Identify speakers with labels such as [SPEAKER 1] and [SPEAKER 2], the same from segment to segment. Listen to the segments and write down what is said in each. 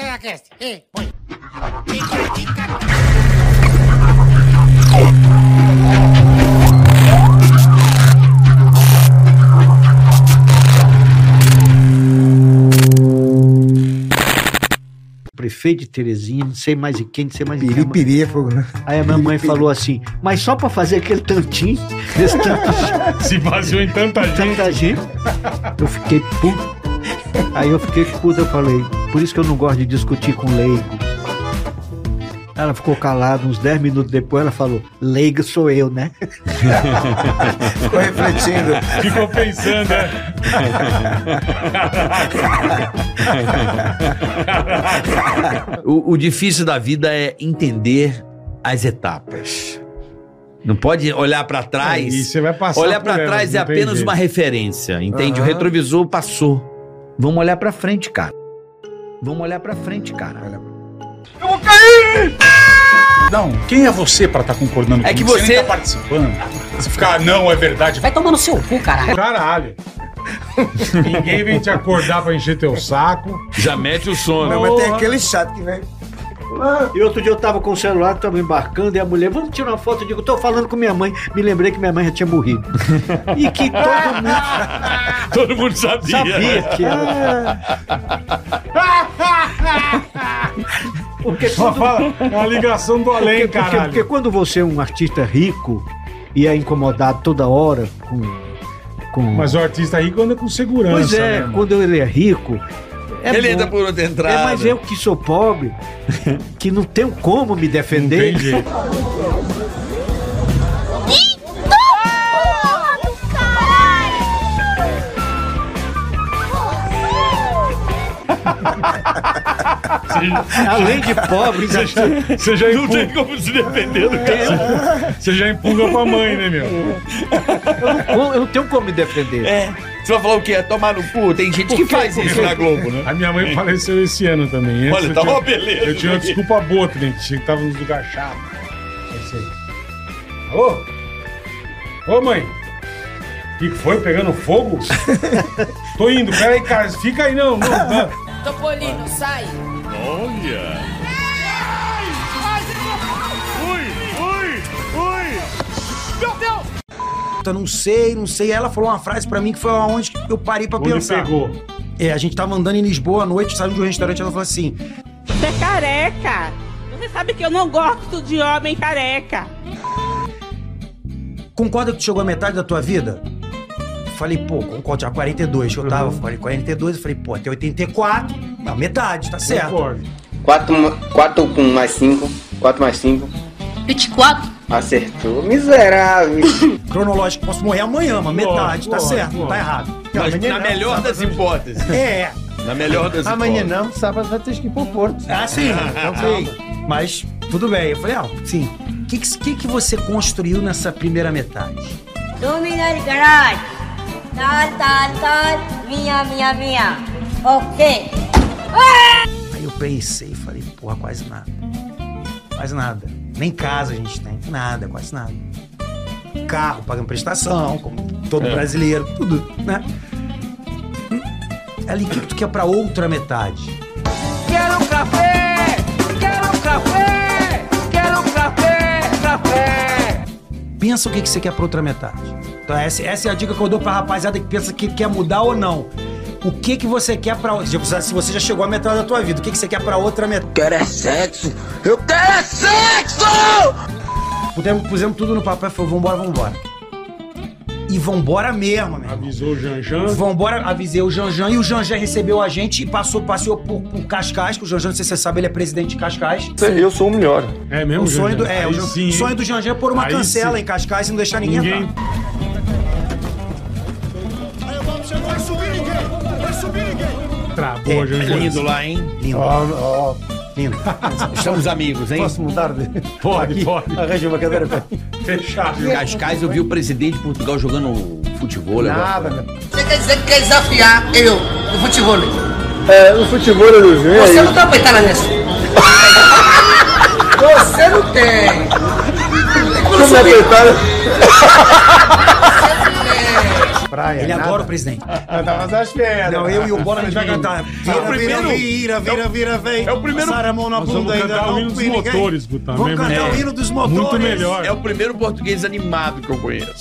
[SPEAKER 1] Ticaracast. Ei, põe.
[SPEAKER 2] prefeito de Teresina, não sei mais de quem, não sei mais de quem.
[SPEAKER 3] Piripirífago, né?
[SPEAKER 2] Aí a mamãe falou assim, mas só pra fazer aquele tantinho, desse tanto,
[SPEAKER 4] Se baseou em tanta gente.
[SPEAKER 2] tanta gente, eu fiquei puto. Aí eu fiquei puto, eu falei, por isso que eu não gosto de discutir com leigo. Ela ficou calada, uns 10 minutos depois ela falou, leigo sou eu, né?
[SPEAKER 3] Ficou refletindo.
[SPEAKER 4] Ficou pensando, é.
[SPEAKER 5] O, o difícil da vida é entender as etapas. Não pode olhar pra trás.
[SPEAKER 4] E você vai passar.
[SPEAKER 5] olhar
[SPEAKER 4] por
[SPEAKER 5] pra
[SPEAKER 4] elas,
[SPEAKER 5] trás é
[SPEAKER 4] não tem
[SPEAKER 5] apenas
[SPEAKER 4] jeito.
[SPEAKER 5] uma referência, entende? O
[SPEAKER 3] Aham.
[SPEAKER 5] retrovisor passou. Vamos olhar pra frente, cara. Vamos olhar pra frente, cara.
[SPEAKER 6] Não, quem é você
[SPEAKER 4] tá
[SPEAKER 6] pra estar concordando
[SPEAKER 5] É
[SPEAKER 6] comigo?
[SPEAKER 5] que você-
[SPEAKER 6] nem tá participando. Se ficar, "Ah, não, é verdade.
[SPEAKER 1] Vai tomar no seu cu, caralho.
[SPEAKER 4] Caralho. Ninguém vem te acordar pra encher teu saco.
[SPEAKER 7] Já mete o sono.
[SPEAKER 3] Não, mas tem aquele chato que né? vem.
[SPEAKER 2] E outro dia eu tava com o celular, tava embarcando, e a mulher, vamos tirar uma foto, eu digo, tô falando com minha mãe, me lembrei que minha mãe já tinha morrido. E que todo mundo
[SPEAKER 7] Todo mundo sabia.
[SPEAKER 2] sabia que era. Porque
[SPEAKER 4] Só
[SPEAKER 2] quando,
[SPEAKER 4] fala, é a ligação do além,
[SPEAKER 2] porque, porque, porque
[SPEAKER 4] caralho.
[SPEAKER 2] quando você é um artista rico e é incomodado toda hora com. com...
[SPEAKER 4] Mas o artista rico anda com segurança.
[SPEAKER 2] pois é,
[SPEAKER 4] né, mano?
[SPEAKER 2] quando ele é rico. É
[SPEAKER 5] Ele
[SPEAKER 2] bom.
[SPEAKER 5] entra por outra entrada.
[SPEAKER 2] É, mas eu que sou pobre, que não tenho como me
[SPEAKER 4] Não tem
[SPEAKER 2] defender.
[SPEAKER 4] jeito.
[SPEAKER 8] Porra do caralho!
[SPEAKER 2] Além de pobre,
[SPEAKER 4] Você já, você já
[SPEAKER 7] Não tem
[SPEAKER 4] empurra,
[SPEAKER 7] como se defender do cara.
[SPEAKER 4] você já empurra pra mãe, né, meu?
[SPEAKER 2] eu não tenho como me defender.
[SPEAKER 5] É. Você vai falar o quê? É tomar no cu? Tem gente que faz isso na Globo, né?
[SPEAKER 4] A minha mãe faleceu esse ano também. Antes
[SPEAKER 7] Olha,
[SPEAKER 4] eu
[SPEAKER 7] tá
[SPEAKER 4] tinha-
[SPEAKER 7] uma beleza.
[SPEAKER 4] Eu tinha uma desculpa boa, Trinity. que tava nos lugares chato. É isso aí. Alô? Ô, mãe. O que que foi? Pegando fogo? Tô indo. Pera aí, cara. Fica aí, não. não, não.
[SPEAKER 8] Topolino, sai!
[SPEAKER 7] Olha. Ui, ui, ui.
[SPEAKER 3] Puta, não sei, não sei. Aí ela falou uma frase pra mim que foi aonde que eu parei pra
[SPEAKER 4] Onde
[SPEAKER 3] pensar.
[SPEAKER 4] pegou?
[SPEAKER 3] É, a gente tava andando em Lisboa à noite, saiu de um restaurante, ela falou assim:
[SPEAKER 9] Você é careca. Você sabe que eu não gosto de homem careca.
[SPEAKER 3] Concorda que tu chegou à metade da tua vida? Falei, pô, concordo, tinha 42 que eu tava,
[SPEAKER 4] Uhum.
[SPEAKER 3] falei 42, eu falei, pô, até 84, a metade, tá certo.
[SPEAKER 4] Concordo.
[SPEAKER 10] 4, com mais 5. 4 mais 5.
[SPEAKER 8] 24.
[SPEAKER 10] Acertou. Miserável.
[SPEAKER 3] Cronológico, posso morrer amanhã, mas
[SPEAKER 4] Lógico,
[SPEAKER 3] metade, tá
[SPEAKER 4] lógico,
[SPEAKER 3] certo, não
[SPEAKER 4] lógico.
[SPEAKER 3] tá errado.
[SPEAKER 5] Mas
[SPEAKER 3] Amanhã
[SPEAKER 5] na
[SPEAKER 3] não,
[SPEAKER 5] melhor das hipóteses.
[SPEAKER 3] É, é.
[SPEAKER 5] Na melhor das hipóteses.
[SPEAKER 3] não, sábado vai ter que ir pro Porto. Ah, sim, então sim. Mas tudo bem. Eu falei, ah, sim. O que, que, que que você construiu nessa primeira metade?
[SPEAKER 8] Dominar garagem. Tá, tá, tá. Minha, minha, minha. Ok.
[SPEAKER 3] Aí eu pensei, falei, porra, quase nada. Quase nada. Nem casa a gente tem, nada, quase nada. Carro, pagando prestação, como todo brasileiro, tudo, né? Ali, o que, que tu quer pra outra metade? Pensa o que, que você quer pra outra metade. Então, essa, essa é a dica que eu dou pra rapaziada que pensa que quer mudar ou não. O que que você quer pra outra... Se você já chegou à metade da tua vida, o que que você quer pra outra metade?
[SPEAKER 10] quero é sexo. Eu quero é sexo.
[SPEAKER 3] Pusemos, pusemos tudo no papel e falou, vambora, vambora. E vambora mesmo, meu irmão.
[SPEAKER 4] Avisou o Janjan.
[SPEAKER 3] Vambora, avisei o Janjan e o Janjan recebeu a gente e passou, passeou por, por Cascais, que o Janjan, não sei se você sabe, ele é presidente de Cascais.
[SPEAKER 6] Eu sou o melhor.
[SPEAKER 4] É mesmo,
[SPEAKER 3] o sonho do,
[SPEAKER 4] Janjan?
[SPEAKER 3] é,
[SPEAKER 4] Aí
[SPEAKER 3] o Jan-
[SPEAKER 4] sim, hein?
[SPEAKER 3] sonho do Janjan é pôr uma
[SPEAKER 4] Aí
[SPEAKER 3] cancela
[SPEAKER 4] sim.
[SPEAKER 3] em Cascais e não deixar ninguém, tá.
[SPEAKER 4] Ninguém...
[SPEAKER 3] entrar.
[SPEAKER 4] Travou, Janjan.
[SPEAKER 5] Lindo lá, hein?
[SPEAKER 3] É,
[SPEAKER 4] Ah,
[SPEAKER 3] Lindo, lindo.
[SPEAKER 5] Estamos amigos, hein?
[SPEAKER 3] mudar de...
[SPEAKER 4] Pode, pode.
[SPEAKER 3] Arranjei uma cadeira pra
[SPEAKER 4] Fechado.
[SPEAKER 3] É,
[SPEAKER 5] Cascais, eu vi o presidente de Portugal jogando futebol né? agora.
[SPEAKER 1] Você quer dizer que quer desafiar eu no futebol?
[SPEAKER 10] É, no futebol eu não vi.
[SPEAKER 1] Você não tá apertada nessa. Você não tem.
[SPEAKER 10] Como é que eu tava?
[SPEAKER 11] praia.
[SPEAKER 3] Ele
[SPEAKER 11] nada.
[SPEAKER 3] adora o presidente.
[SPEAKER 11] Nada, mas as pedras.
[SPEAKER 3] Não, eu e É o Bola, a gente vai cantar.
[SPEAKER 11] Vira, vira, vira, vira, vira, vem.
[SPEAKER 3] É o primeiro-
[SPEAKER 11] Passar a mão na
[SPEAKER 3] Nós
[SPEAKER 11] bunda
[SPEAKER 3] vamos
[SPEAKER 11] ainda
[SPEAKER 3] cantar o
[SPEAKER 11] não
[SPEAKER 3] hino dos
[SPEAKER 11] vi ninguém.
[SPEAKER 3] motores, Guta,
[SPEAKER 11] Vamos
[SPEAKER 3] mesmo.
[SPEAKER 11] cantar
[SPEAKER 3] É.
[SPEAKER 11] o hino dos motores.
[SPEAKER 5] É o primeiro português animado que eu conheço.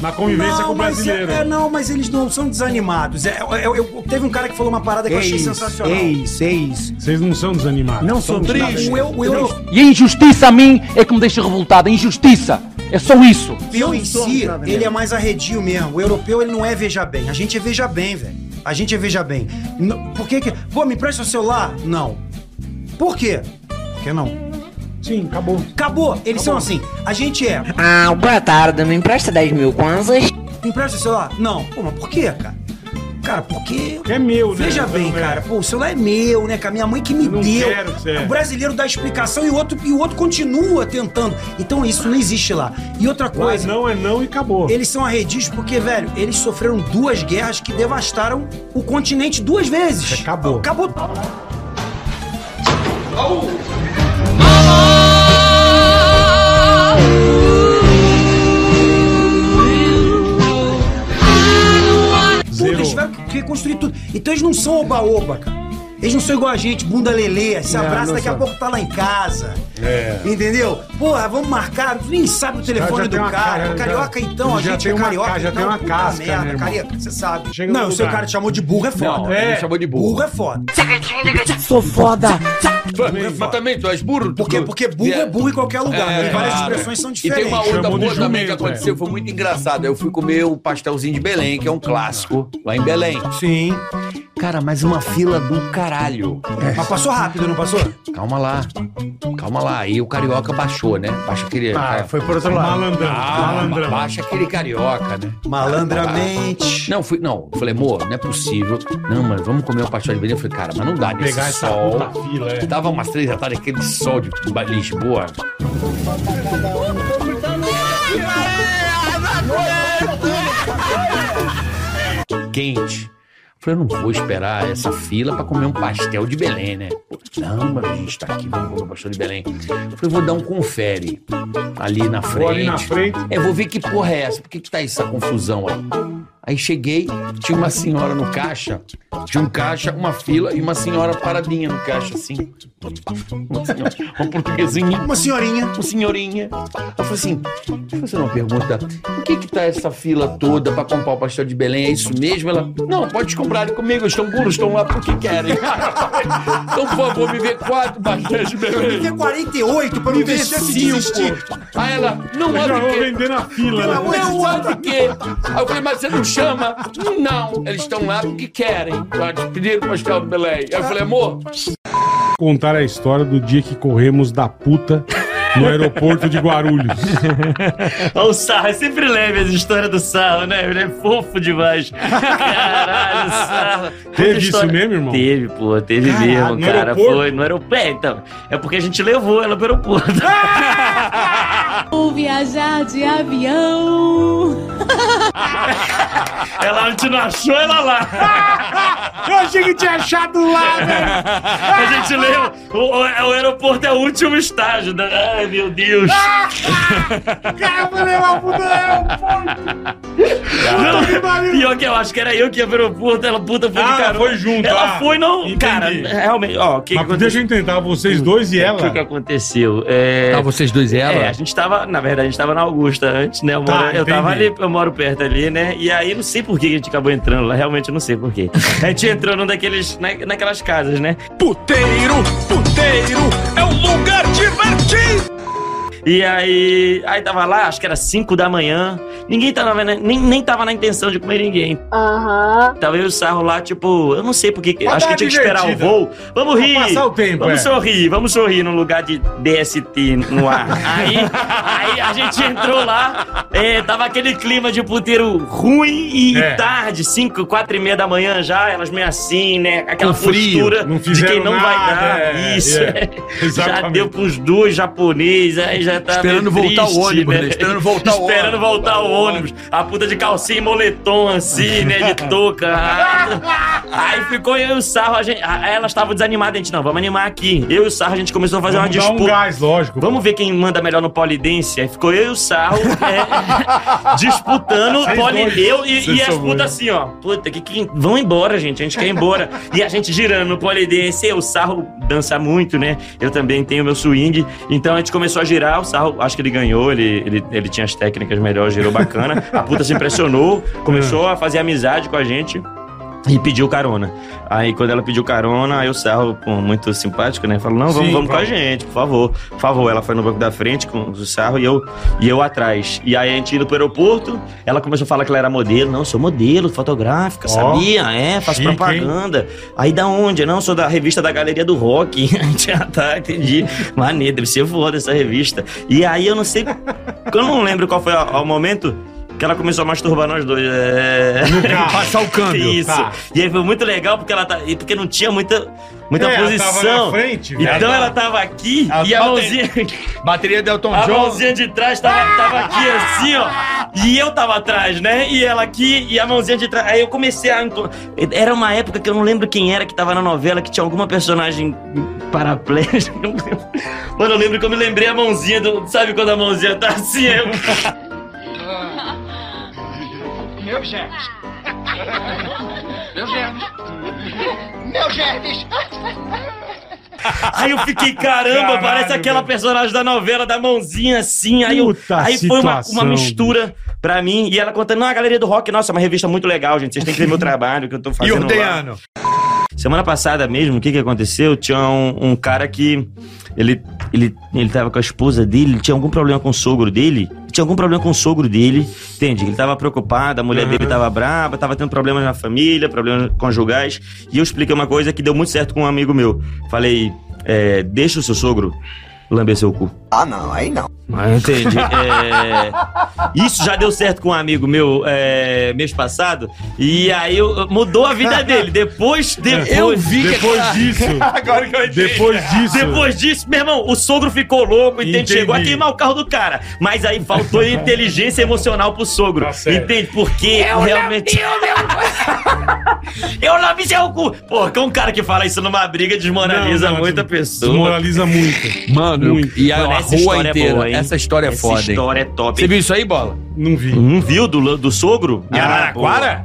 [SPEAKER 4] Na convivência com o
[SPEAKER 3] mas
[SPEAKER 4] brasileiro.
[SPEAKER 3] É, é, não, mas eles não são desanimados. É, eu- eu- eu- teve um cara que falou uma parada que eu achei
[SPEAKER 4] Eis,
[SPEAKER 3] sensacional.
[SPEAKER 4] eis,
[SPEAKER 3] eis.
[SPEAKER 4] Vocês não são desanimados.
[SPEAKER 3] Não são tristes. O eu- o eu-
[SPEAKER 12] E a injustiça a mim é que me deixa revoltado. A injustiça. É só isso.
[SPEAKER 3] Eu em si, ele é mais arredio mesmo. O europeu, ele não é veja bem. A gente é veja bem, velho. A gente é veja bem. N- Por que que... Pô, me empresta o celular? Não. Por quê? Por que não?
[SPEAKER 4] Sim, acabou.
[SPEAKER 3] Acabou. Eles são assim. A gente é...
[SPEAKER 13] Ah, boa tarde, me empresta 10 mil kwanzas?
[SPEAKER 3] Me empresta o celular? Não. Pô, mas por quê, cara? Cara, porque.
[SPEAKER 4] É meu,
[SPEAKER 13] né?
[SPEAKER 3] Veja
[SPEAKER 13] Eu
[SPEAKER 3] bem,
[SPEAKER 13] também.
[SPEAKER 3] cara. Pô, o celular é meu, né? cara? minha mãe que me
[SPEAKER 13] Eu não
[SPEAKER 3] deu.
[SPEAKER 13] quero que você- é.
[SPEAKER 3] O brasileiro dá explicação e o, outro, e o outro continua tentando. Então isso não existe lá. E outra coisa.
[SPEAKER 4] não é não e acabou.
[SPEAKER 3] Eles são arredios porque, velho, eles sofreram duas guerras que devastaram o continente duas vezes. Acabou. Acabou. Tudo, eles tiveram que reconstruir tudo. Então eles não são oba-oba, cara. Eles não são igual a gente, bunda lelê, se
[SPEAKER 11] Não,
[SPEAKER 3] abraça,
[SPEAKER 11] não
[SPEAKER 3] daqui a
[SPEAKER 11] são.
[SPEAKER 3] pouco tá lá em casa.
[SPEAKER 11] É.
[SPEAKER 3] Entendeu? Porra, vamos marcar, tu nem sabe o telefone do cara. carioca, então, a gente é carioca.
[SPEAKER 4] Já
[SPEAKER 3] então,
[SPEAKER 4] tem uma
[SPEAKER 3] puta
[SPEAKER 4] casca,
[SPEAKER 3] merda,
[SPEAKER 4] né, irmão?
[SPEAKER 3] carioca, você sabe.
[SPEAKER 4] Chega
[SPEAKER 3] não,
[SPEAKER 4] no
[SPEAKER 3] o seu
[SPEAKER 4] lugar.
[SPEAKER 3] cara te chamou de burro é foda.
[SPEAKER 5] Não, ele me chamou de burro.
[SPEAKER 3] Burro é foda.
[SPEAKER 5] Sou foda.
[SPEAKER 3] Também,
[SPEAKER 5] Mas também, tu és burro.
[SPEAKER 3] Porque, porque burro é burro em qualquer lugar. né? E várias expressões são diferentes.
[SPEAKER 5] E tem uma outra boa também que aconteceu,
[SPEAKER 3] é.
[SPEAKER 5] foi muito engraçado. Eu fui comer um pastelzinho de Belém, que é um clássico, lá em Belém.
[SPEAKER 3] Sim.
[SPEAKER 5] Cara, mas uma fila do caralho.
[SPEAKER 3] Mas passou rápido, não passou?
[SPEAKER 5] Calma lá. Calma lá. Aí o carioca baixou, né? Baixa aquele.
[SPEAKER 11] Ah, foi por outro lado. Ah,
[SPEAKER 5] Malandrão.
[SPEAKER 11] Malandrão,
[SPEAKER 3] Ah,
[SPEAKER 11] malandrão.
[SPEAKER 5] Baixa aquele carioca, né?
[SPEAKER 3] Malandramente.
[SPEAKER 5] Não, fui, não. Falei, amor, não é possível. Não, mano, vamos comer um pastel de Belém. Eu falei, cara, mas não dá nesse
[SPEAKER 4] Pegar essa
[SPEAKER 5] sol.
[SPEAKER 4] puta fila, é.
[SPEAKER 5] Tava umas três da tarde, aquele sol de Lisboa. quente. Eu Falei, eu não vou esperar essa fila pra comer um pastel de Belém, né? Pô, Não, mas a gente tá aqui, vamos comer um pastel de Belém. Eu Falei, vou dar um confere ali na frente.
[SPEAKER 4] Vou ali na frente.
[SPEAKER 5] É, vou ver que porra é essa, por que que tá essa confusão aí? Aí cheguei, tinha uma senhora no caixa, tinha um caixa, uma fila e uma senhora paradinha no caixa, assim. Uma, senhora, uma portuguesinha.
[SPEAKER 3] Uma senhorinha.
[SPEAKER 5] Uma senhorinha. Eu falei assim, deixa eu fazer uma pergunta. Por que que tá essa fila toda pra comprar o pastel de Belém? É isso mesmo? Ela, não, pode comprar comigo, eles estão burros, estão lá porque querem. então, por favor, me vê quatro pastéis de Belém.
[SPEAKER 3] Me vê 48 pra eu não ter chance de desistir.
[SPEAKER 5] Aí ela, não
[SPEAKER 3] Eu já
[SPEAKER 5] abre
[SPEAKER 3] vou
[SPEAKER 5] que.
[SPEAKER 3] vender na fila, né?
[SPEAKER 5] Não abre que. Aí eu falei, mas você não chama? Não, eles estão lá porque querem. Pra te pedir o pastel de Belém. Aí eu falei, amor,
[SPEAKER 4] Contar a história do dia que corremos da puta no aeroporto de Guarulhos.
[SPEAKER 14] Olha o Sarra, eu sempre lembro as histórias do Sarra, né? Ele é fofo demais. Caralho, Sarra.
[SPEAKER 4] Teve isso mesmo, irmão?
[SPEAKER 14] Teve, pô, teve
[SPEAKER 4] Caralho,
[SPEAKER 14] mesmo,
[SPEAKER 4] no
[SPEAKER 14] cara.
[SPEAKER 4] aeroporto?
[SPEAKER 14] Foi no aeroporto. É, então, é porque a gente levou ela pro aeroporto.
[SPEAKER 9] Vou viajar de avião.
[SPEAKER 14] ela a gente não achou ela lá. Eu achei que tinha achado lá, velho. A gente leu. O, o- o aeroporto é o último estágio. Né? Ai, meu Deus.
[SPEAKER 11] Caramba, levar pro
[SPEAKER 14] Não, pior que eu acho que era eu que ia pro aeroporto, ela puta foi de carona. foi junto. Ela
[SPEAKER 4] ah,
[SPEAKER 14] foi, não. Cara, realmente, ó, o que
[SPEAKER 4] Mas deixa eu tentar vocês dois e ela.
[SPEAKER 14] O que, que aconteceu? É...
[SPEAKER 4] Ah, vocês dois e ela?
[SPEAKER 14] É, a gente tava, na verdade, a gente tava na Augusta antes, né? Eu,
[SPEAKER 4] Tá,
[SPEAKER 14] moro- eu
[SPEAKER 4] entendi.
[SPEAKER 14] tava ali, eu moro perto ali, né? E aí não sei por que a gente acabou entrando lá, realmente eu não sei por quê. A gente entrou num daqueles, na- naquelas casas, né? Puteiro, puteiro é um lugar divertido! E aí, aí tava lá, acho que era 5 da manhã. Ninguém tava, na- nem, nem tava na intenção de comer ninguém.
[SPEAKER 9] Aham.
[SPEAKER 14] Tava eu e o Sarro lá, tipo, eu não sei porque.
[SPEAKER 4] Mas
[SPEAKER 14] acho que
[SPEAKER 4] dá
[SPEAKER 14] tinha que esperar o
[SPEAKER 4] divertida.
[SPEAKER 14] voo. Vamos
[SPEAKER 4] Pra
[SPEAKER 14] rir.
[SPEAKER 4] passar o tempo,
[SPEAKER 14] Vamos
[SPEAKER 4] é.
[SPEAKER 14] sorrir, vamos sorrir no lugar de DST no ar. Aí, aí a gente entrou lá, é, tava aquele clima de puteiro ruim e
[SPEAKER 4] É.
[SPEAKER 14] tarde, 5, 4 e meia da manhã já, elas meio assim, né? Aquela
[SPEAKER 4] Com frio,
[SPEAKER 14] postura
[SPEAKER 4] não
[SPEAKER 14] de quem
[SPEAKER 4] fizeram
[SPEAKER 14] não vai
[SPEAKER 4] nada,
[SPEAKER 14] dar.
[SPEAKER 4] é,
[SPEAKER 14] Isso.
[SPEAKER 4] é.
[SPEAKER 14] já
[SPEAKER 4] Exatamente.
[SPEAKER 14] deu pros dois japoneses, aí já tá
[SPEAKER 5] Esperando
[SPEAKER 14] meio
[SPEAKER 5] voltar o
[SPEAKER 14] triste,
[SPEAKER 5] ônibus, né? Esperando voltar o
[SPEAKER 14] Esperando
[SPEAKER 5] ônibus.
[SPEAKER 14] voltar o ônibus, a puta de calcinha e moletom assim, né, de touca. Aí ficou eu e o Sarro, a gente, a- elas estavam desanimadas, a gente, não, vamos animar aqui. Eu e o Sarro, a gente começou a fazer
[SPEAKER 4] Vamos
[SPEAKER 14] uma
[SPEAKER 4] dar um
[SPEAKER 14] disputa.
[SPEAKER 4] gás, lógico.
[SPEAKER 14] Vamos ver quem manda melhor no polidense? Aí ficou eu e o Sarro é, disputando o
[SPEAKER 4] Vocês dois.
[SPEAKER 14] poli... Eu e,
[SPEAKER 4] Vocês
[SPEAKER 14] e as
[SPEAKER 4] são
[SPEAKER 14] putas
[SPEAKER 4] dois.
[SPEAKER 14] assim, ó. Puta, que, que... vão embora, gente. A gente quer ir embora. e a gente girando no polidense. Eu, o Sarro dança muito, né? Eu também tenho meu swing. Então a gente começou a girar. O Sarro, acho que ele ganhou. Ele, ele, ele tinha as técnicas melhores, girou bacana. A puta se impressionou. Começou
[SPEAKER 4] Ah.
[SPEAKER 14] a fazer amizade com a gente. E pediu carona. Aí quando ela pediu carona, aí o Sarro, pô, muito simpático, né? Falou, não, vamos,
[SPEAKER 15] Sim,
[SPEAKER 14] vamos com a
[SPEAKER 15] vamos.
[SPEAKER 14] gente, por favor. Por favor, ela foi no banco da frente com o Sarro e eu, e eu atrás. E aí a gente indo pro aeroporto, ela começou a falar que ela era modelo. Não, sou modelo, fotográfica,
[SPEAKER 15] Ó,
[SPEAKER 14] sabia? É, faço
[SPEAKER 15] chique, hein?
[SPEAKER 14] propaganda. Aí da onde? Não, sou da revista da Galeria do Rock. A gente, ah, tá, entendi. Maneiro, deve ser foda essa revista. E aí eu não sei, eu não lembro qual foi o momento... Que ela começou a masturbar nós dois. É...
[SPEAKER 4] Tá.
[SPEAKER 11] Passar o câmbio.
[SPEAKER 14] Isso.
[SPEAKER 11] Tá.
[SPEAKER 14] E aí foi muito legal porque ela tá, e porque não tinha muita muita
[SPEAKER 11] É, ela
[SPEAKER 14] posição.
[SPEAKER 11] tava
[SPEAKER 3] né?
[SPEAKER 11] na frente, velho.
[SPEAKER 14] então ela tava aqui
[SPEAKER 11] Ela
[SPEAKER 14] e a
[SPEAKER 11] bate-
[SPEAKER 14] mãozinha
[SPEAKER 15] bateria do Elton
[SPEAKER 14] a
[SPEAKER 15] John.
[SPEAKER 14] mãozinha de trás tava, tava aqui assim, ó. E eu tava atrás, né? E ela aqui e a mãozinha de trás. Aí eu comecei a enco- era uma época que eu não lembro quem era que tava na novela que tinha alguma personagem paraplégica. Eu não lembro. Mano, eu lembro que eu me lembrei a mãozinha do, sabe quando a mãozinha tá assim, aí eu
[SPEAKER 11] Meu Germes. Meu Germes.
[SPEAKER 1] Meu Germes!
[SPEAKER 14] Aí eu fiquei, caramba,
[SPEAKER 11] Caralho,
[SPEAKER 14] parece aquela personagem da novela, da mãozinha assim. Aí, eu,
[SPEAKER 11] Puta
[SPEAKER 14] aí foi uma,
[SPEAKER 11] situação,
[SPEAKER 14] uma mistura pra mim. E ela contando, não, a Galeria do Rock, nossa, é uma revista muito legal, gente. Vocês têm que ver meu trabalho que eu tô fazendo lá." Semana passada mesmo, o que que aconteceu? Tinha um, um cara que ele, ele, ele tava com a esposa dele, tinha algum problema com o sogro dele. Tinha algum problema com o sogro dele, entende? Ele tava preocupado, a mulher dele tava braba, tava tendo problemas na família, problemas conjugais. E eu expliquei uma coisa que deu muito certo com um amigo meu. Falei, é, deixa o seu sogro lamber seu cu.
[SPEAKER 11] Ah, não, aí não.
[SPEAKER 14] Ah, Entendi. É, isso já deu certo com um amigo meu é, mês passado. E aí eu- mudou a vida dele. Depois,
[SPEAKER 4] É.
[SPEAKER 14] depois.
[SPEAKER 11] Eu vi que-
[SPEAKER 14] depois disso.
[SPEAKER 11] Agora que eu entendi. Depois disso.
[SPEAKER 14] Depois disso, meu irmão, o sogro ficou louco, entende?
[SPEAKER 11] Entendi.
[SPEAKER 14] Chegou a queimar o carro do cara. Mas aí faltou inteligência emocional pro sogro.
[SPEAKER 5] Tá
[SPEAKER 14] entende? Porque realmente. Eu lambi seu cu! Pô, que um cara que fala isso numa briga desmoraliza
[SPEAKER 4] Não, não,
[SPEAKER 14] muita pessoa.
[SPEAKER 4] Desmoraliza muito.
[SPEAKER 5] Mano, e a
[SPEAKER 14] Mano, essa
[SPEAKER 5] rua
[SPEAKER 14] história é
[SPEAKER 5] inteira.
[SPEAKER 14] boa, hein?
[SPEAKER 5] essa história é
[SPEAKER 14] Essa
[SPEAKER 5] foda. hein?
[SPEAKER 14] história é top,
[SPEAKER 5] Você
[SPEAKER 14] hein?
[SPEAKER 5] viu isso aí, bola?
[SPEAKER 4] Não vi.
[SPEAKER 14] Não Um viu do, do sogro?
[SPEAKER 4] Ah,
[SPEAKER 5] Em Araraquara?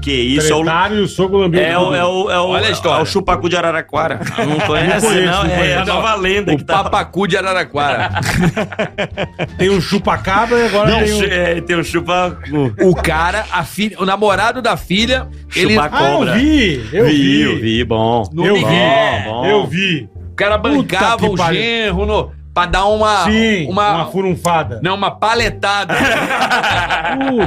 [SPEAKER 14] Que isso, é o.
[SPEAKER 4] Tretário e o sogro lambeu
[SPEAKER 14] É
[SPEAKER 4] tudo.
[SPEAKER 14] o, é o, é o, Olha a história. É o chupacu de Araraquara. Não conhece,
[SPEAKER 4] Não
[SPEAKER 14] não.
[SPEAKER 4] conheço, não
[SPEAKER 14] é a
[SPEAKER 4] conheço.
[SPEAKER 14] nova lenda
[SPEAKER 5] O
[SPEAKER 14] que tá.
[SPEAKER 5] papacu de Araraquara.
[SPEAKER 4] Tem o chupacabra e agora
[SPEAKER 5] Não,
[SPEAKER 4] tem o...
[SPEAKER 5] che-
[SPEAKER 14] É, tem o chupacu.
[SPEAKER 5] O cara, a filha, o namorado da filha, ele
[SPEAKER 4] Ah, eu vi, eu vi.
[SPEAKER 14] Eu vi, bom.
[SPEAKER 5] No
[SPEAKER 4] eu
[SPEAKER 5] Miguel.
[SPEAKER 4] vi, é,
[SPEAKER 5] Bom.
[SPEAKER 4] eu vi.
[SPEAKER 5] O cara bancava
[SPEAKER 4] Puta que
[SPEAKER 5] o
[SPEAKER 4] pariu.
[SPEAKER 5] genro no, pra dar uma.
[SPEAKER 14] Ah,
[SPEAKER 4] Sim,
[SPEAKER 5] uma,
[SPEAKER 4] uma furunfada.
[SPEAKER 5] Não, uma paletada.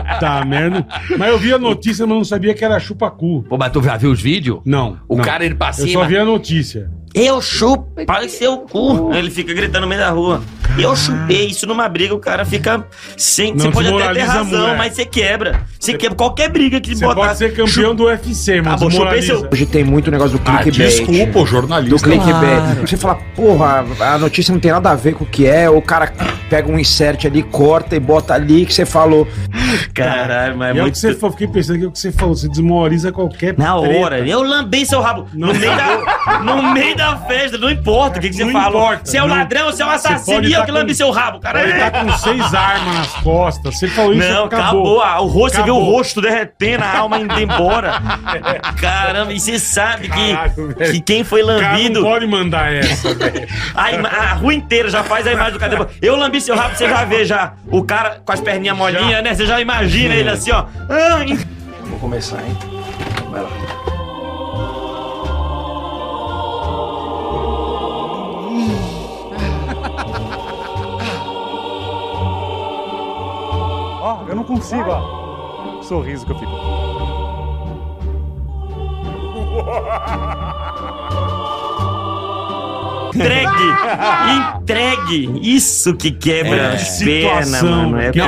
[SPEAKER 4] Puta merda. Mas eu vi a notícia, mas não sabia que era chupacu.
[SPEAKER 5] Pô, mas tu já viu os vídeos?
[SPEAKER 4] Não.
[SPEAKER 5] O
[SPEAKER 4] não.
[SPEAKER 5] cara, ele
[SPEAKER 14] é
[SPEAKER 5] pra
[SPEAKER 4] Eu
[SPEAKER 5] cima.
[SPEAKER 4] só
[SPEAKER 14] assim,
[SPEAKER 4] vi a notícia.
[SPEAKER 14] Eu chupo seu cu. Ele fica gritando no meio da rua. Eu chupei. Isso numa briga, o cara fica sem.
[SPEAKER 4] Não
[SPEAKER 14] você pode até ter
[SPEAKER 4] desmoraliza a
[SPEAKER 14] razão,
[SPEAKER 4] mulher.
[SPEAKER 14] mas você quebra. Você quebra qualquer briga que
[SPEAKER 4] Você
[SPEAKER 14] botar.
[SPEAKER 4] pode ser campeão do UFC, mas
[SPEAKER 14] Acabou, chupei
[SPEAKER 4] moraliza.
[SPEAKER 14] seu-
[SPEAKER 15] Hoje tem muito negócio do
[SPEAKER 4] Ah,
[SPEAKER 15] clickbait.
[SPEAKER 4] desculpa, o jornalista.
[SPEAKER 15] Do clickbait.
[SPEAKER 4] Claro.
[SPEAKER 15] Você fala, porra, a notícia não tem nada a ver com o que é. O cara pega um insert ali, corta e bota ali que você falou.
[SPEAKER 14] Caralho, mas
[SPEAKER 4] E
[SPEAKER 14] é
[SPEAKER 4] é o
[SPEAKER 14] muito.
[SPEAKER 4] que você falou, fiquei pensando que é o que você falou, você desmoraliza qualquer
[SPEAKER 14] Na
[SPEAKER 4] treta.
[SPEAKER 14] hora, eu lambei seu rabo. No meio, da, no meio da festa, não importa o que, que você
[SPEAKER 4] Não
[SPEAKER 14] falou.
[SPEAKER 4] importa,
[SPEAKER 14] Você é o
[SPEAKER 4] não.
[SPEAKER 14] ladrão, você é o
[SPEAKER 4] Você
[SPEAKER 14] assassino
[SPEAKER 4] pode
[SPEAKER 14] e eu
[SPEAKER 4] tá
[SPEAKER 14] que lambi
[SPEAKER 4] com-
[SPEAKER 14] seu rabo, cara.
[SPEAKER 4] Ele tá com seis armas nas costas. Você falou isso,
[SPEAKER 14] Não, acabou. Ah, O rosto, você vê o
[SPEAKER 4] Acabou.
[SPEAKER 14] rosto derretendo, a alma indo embora. Caramba, e você sabe
[SPEAKER 4] Caralho,
[SPEAKER 14] que,
[SPEAKER 4] velho.
[SPEAKER 14] que quem foi
[SPEAKER 4] O cara um não
[SPEAKER 14] lambido.
[SPEAKER 4] pode mandar essa, velho.
[SPEAKER 14] A, ima- a rua inteira já faz a imagem do cara. depois. Eu lambi seu rabo, você já vê já o cara com as perninhas molinhas, né? Você já imagina ele assim, ó. Ah, em-
[SPEAKER 11] Vou começar, hein? Vai lá. Ó, eu não consigo, ó. O Sorriso que eu fico.
[SPEAKER 14] Entregue! Entregue! Isso que quebra
[SPEAKER 11] É,
[SPEAKER 14] as pernas,
[SPEAKER 11] situação,
[SPEAKER 14] mano. É
[SPEAKER 11] que